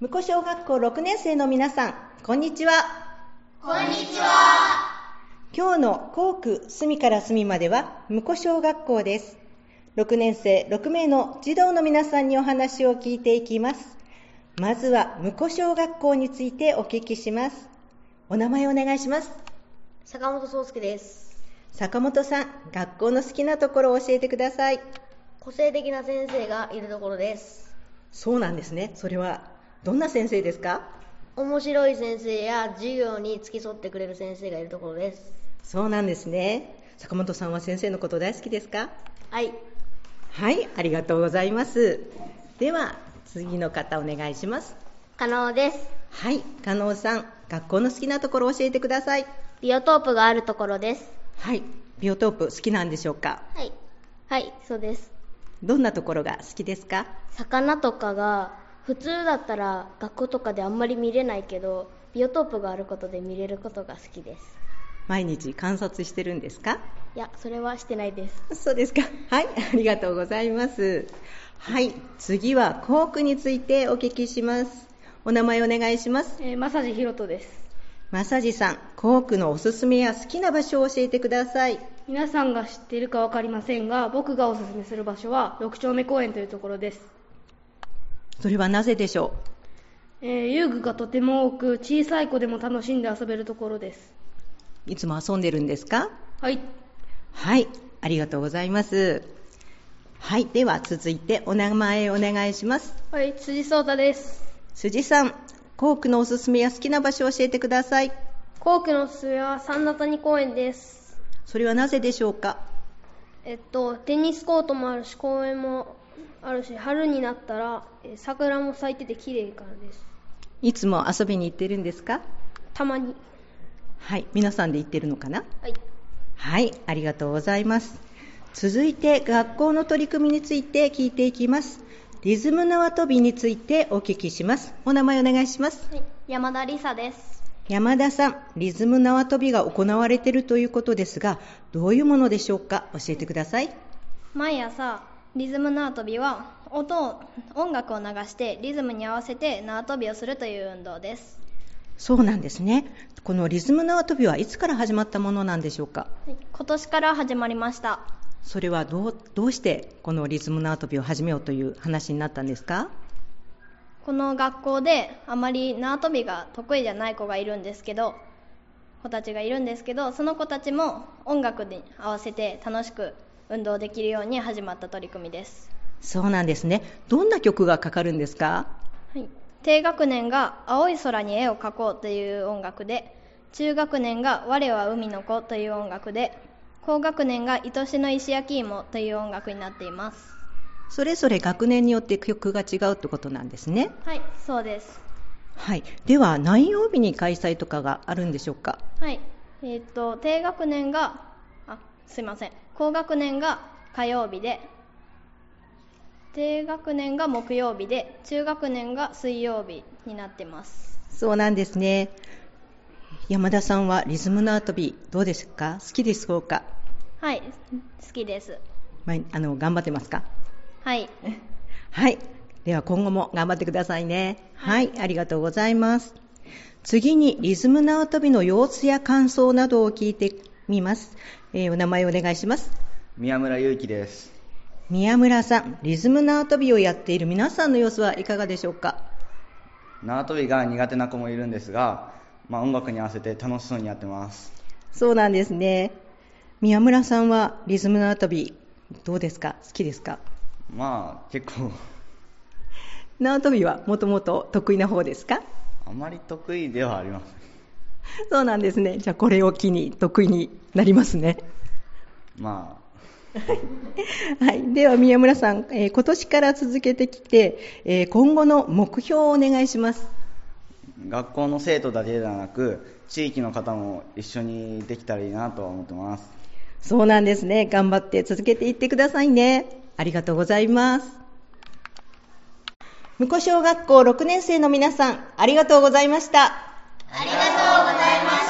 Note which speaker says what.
Speaker 1: 向こう小学校6年生の皆さん、こんにちは。
Speaker 2: こんにちは。
Speaker 1: 今日の校区隅から隅までは、向こう小学校です。6年生6名の児童の皆さんにお話を聞いていきます。まずは、向こう小学校についてお聞きします。お名前お願いします。
Speaker 2: 坂本壮介です。
Speaker 1: 坂本さん、学校の好きなところを教えてください。
Speaker 2: 個性的な先生がいるところです。
Speaker 1: そうなんですね。それは、どんな先生ですか
Speaker 2: 面白い先生や授業に付き添ってくれる先生がいるところです。
Speaker 1: そうなんですね。坂本さんは先生のこと大好きですか
Speaker 2: はい。
Speaker 1: はい、ありがとうございます。では、次の方お願いします。
Speaker 2: 可能です。
Speaker 1: はい、加納さん、学校の好きなところを教えてください。
Speaker 2: ビオトープがあるところです。
Speaker 1: はい、ビオトープ好きなんでしょうか
Speaker 2: はい。はい、そうです。
Speaker 1: どんなところが好きですか
Speaker 2: 魚とかが普通だったら学校とかであんまり見れないけど、ビオトープがあることで見れることが好きです。
Speaker 1: 毎日観察してるんですか
Speaker 2: いや、それはしてないです。
Speaker 1: そうですか。はい、ありがとうございます。はい、次は校区についてお聞きします。お名前お願いします。
Speaker 2: えー、マサジヒロトです。
Speaker 1: まさじさん、校区のおすすめや好きな場所を教えてください。
Speaker 3: 皆さんが知っているかわかりませんが僕がおすすめする場所は六丁目公園というところです、
Speaker 1: それはなぜでしょ
Speaker 3: えー遊具がとても多く小さい子でも楽しんで遊べるところです
Speaker 1: ういつも遊んでるんですか
Speaker 3: はい
Speaker 1: はい、ありがとうございます。はい、では続いてお名前お願いします。
Speaker 3: はい辻壮太です
Speaker 1: 辻さん、校区のおすすめや好きな場所を教えてください。
Speaker 3: 皇居のおすすめは三田谷公園です
Speaker 1: それはなぜでしょうか
Speaker 3: えっとテニスコートもあるし公園もあるし春になったら桜も咲いてて綺麗からです
Speaker 1: いつも遊びに行ってるんですか
Speaker 3: たまに
Speaker 1: はい、皆さんで行ってるのかな
Speaker 3: はい
Speaker 1: はい、ありがとうございます。続いて学校の取り組みについて聞いていきます。リズム縄跳びについてお聞きします。お名前お願いします。
Speaker 2: 山田理沙です。
Speaker 1: 山田さん、リズム縄跳びが行われているということですが、どういうものでしょうか教えてください。
Speaker 2: 毎朝、リズム縄跳びは音を、音楽を流してリズムに合わせて縄跳びをするという運動です。
Speaker 1: そうなんですね。このリズム縄跳びはいつから始まったものなんでしょうか
Speaker 2: 今年から始まりました
Speaker 1: それはどうどうしてこのリズム縄跳びを始めようという話になったんですか
Speaker 2: この学校であまり縄跳びが得意じゃない子がいるんですけど子たちがいるんですけどその子たちも音楽に合わせて楽しく運動できるように始まった取り組みです、
Speaker 1: そうなんですね。どんな曲がかかるんですか
Speaker 2: はい、低学年が「青い空に絵を描こう」という音楽で中学年が「我は海の子」という音楽で高学年が「愛しの石焼き芋」という音楽になっています
Speaker 1: それぞれ学年によって曲が違うってことなんですね。
Speaker 2: はいそうです
Speaker 1: はい。では、何曜日に開催とかがあるんでしょうか
Speaker 2: はい、えーっと低学年があすいません高学年が火曜日で低学年が木曜日で中学年が水曜日になってます
Speaker 1: そうなんですね。山田さんはリズム縄跳びどうですか好きですか
Speaker 2: はい好きです
Speaker 1: まあの頑張ってますか
Speaker 2: はい
Speaker 1: はい。では今後も頑張ってくださいね。はい、ありがとうございます。次にリズム縄跳びの様子や感想などを聞いてみます。えーお名前お願いします。
Speaker 4: 宮村祐樹です
Speaker 1: 宮村さん、リズム縄跳びをやっている皆さんの様子はいかがでしょうか
Speaker 4: 縄跳びが苦手な子もいるんですが、まあ、音楽に合わせて楽しそうにやってます
Speaker 1: そうなんですね。宮村さんはリズム縄跳びどうですか好きですか
Speaker 4: まあ結構
Speaker 1: 縄跳びはもともと得意な方ですか
Speaker 4: あまり得意ではありません
Speaker 1: そうなんですね。じゃあこれを機に得意になりますね。
Speaker 4: まあ
Speaker 1: はい。では宮村さん、えー今年から続けてきて、えー今後の目標をお願いします。
Speaker 4: 学校の生徒だけではなく地域の方も一緒にできたらいいなとは思ってます
Speaker 1: そうなんですね。頑張って続けていってくださいね。ありがとうございます。向こう小学校6年生の皆さん、ありがとうございました。
Speaker 2: ありがとうございま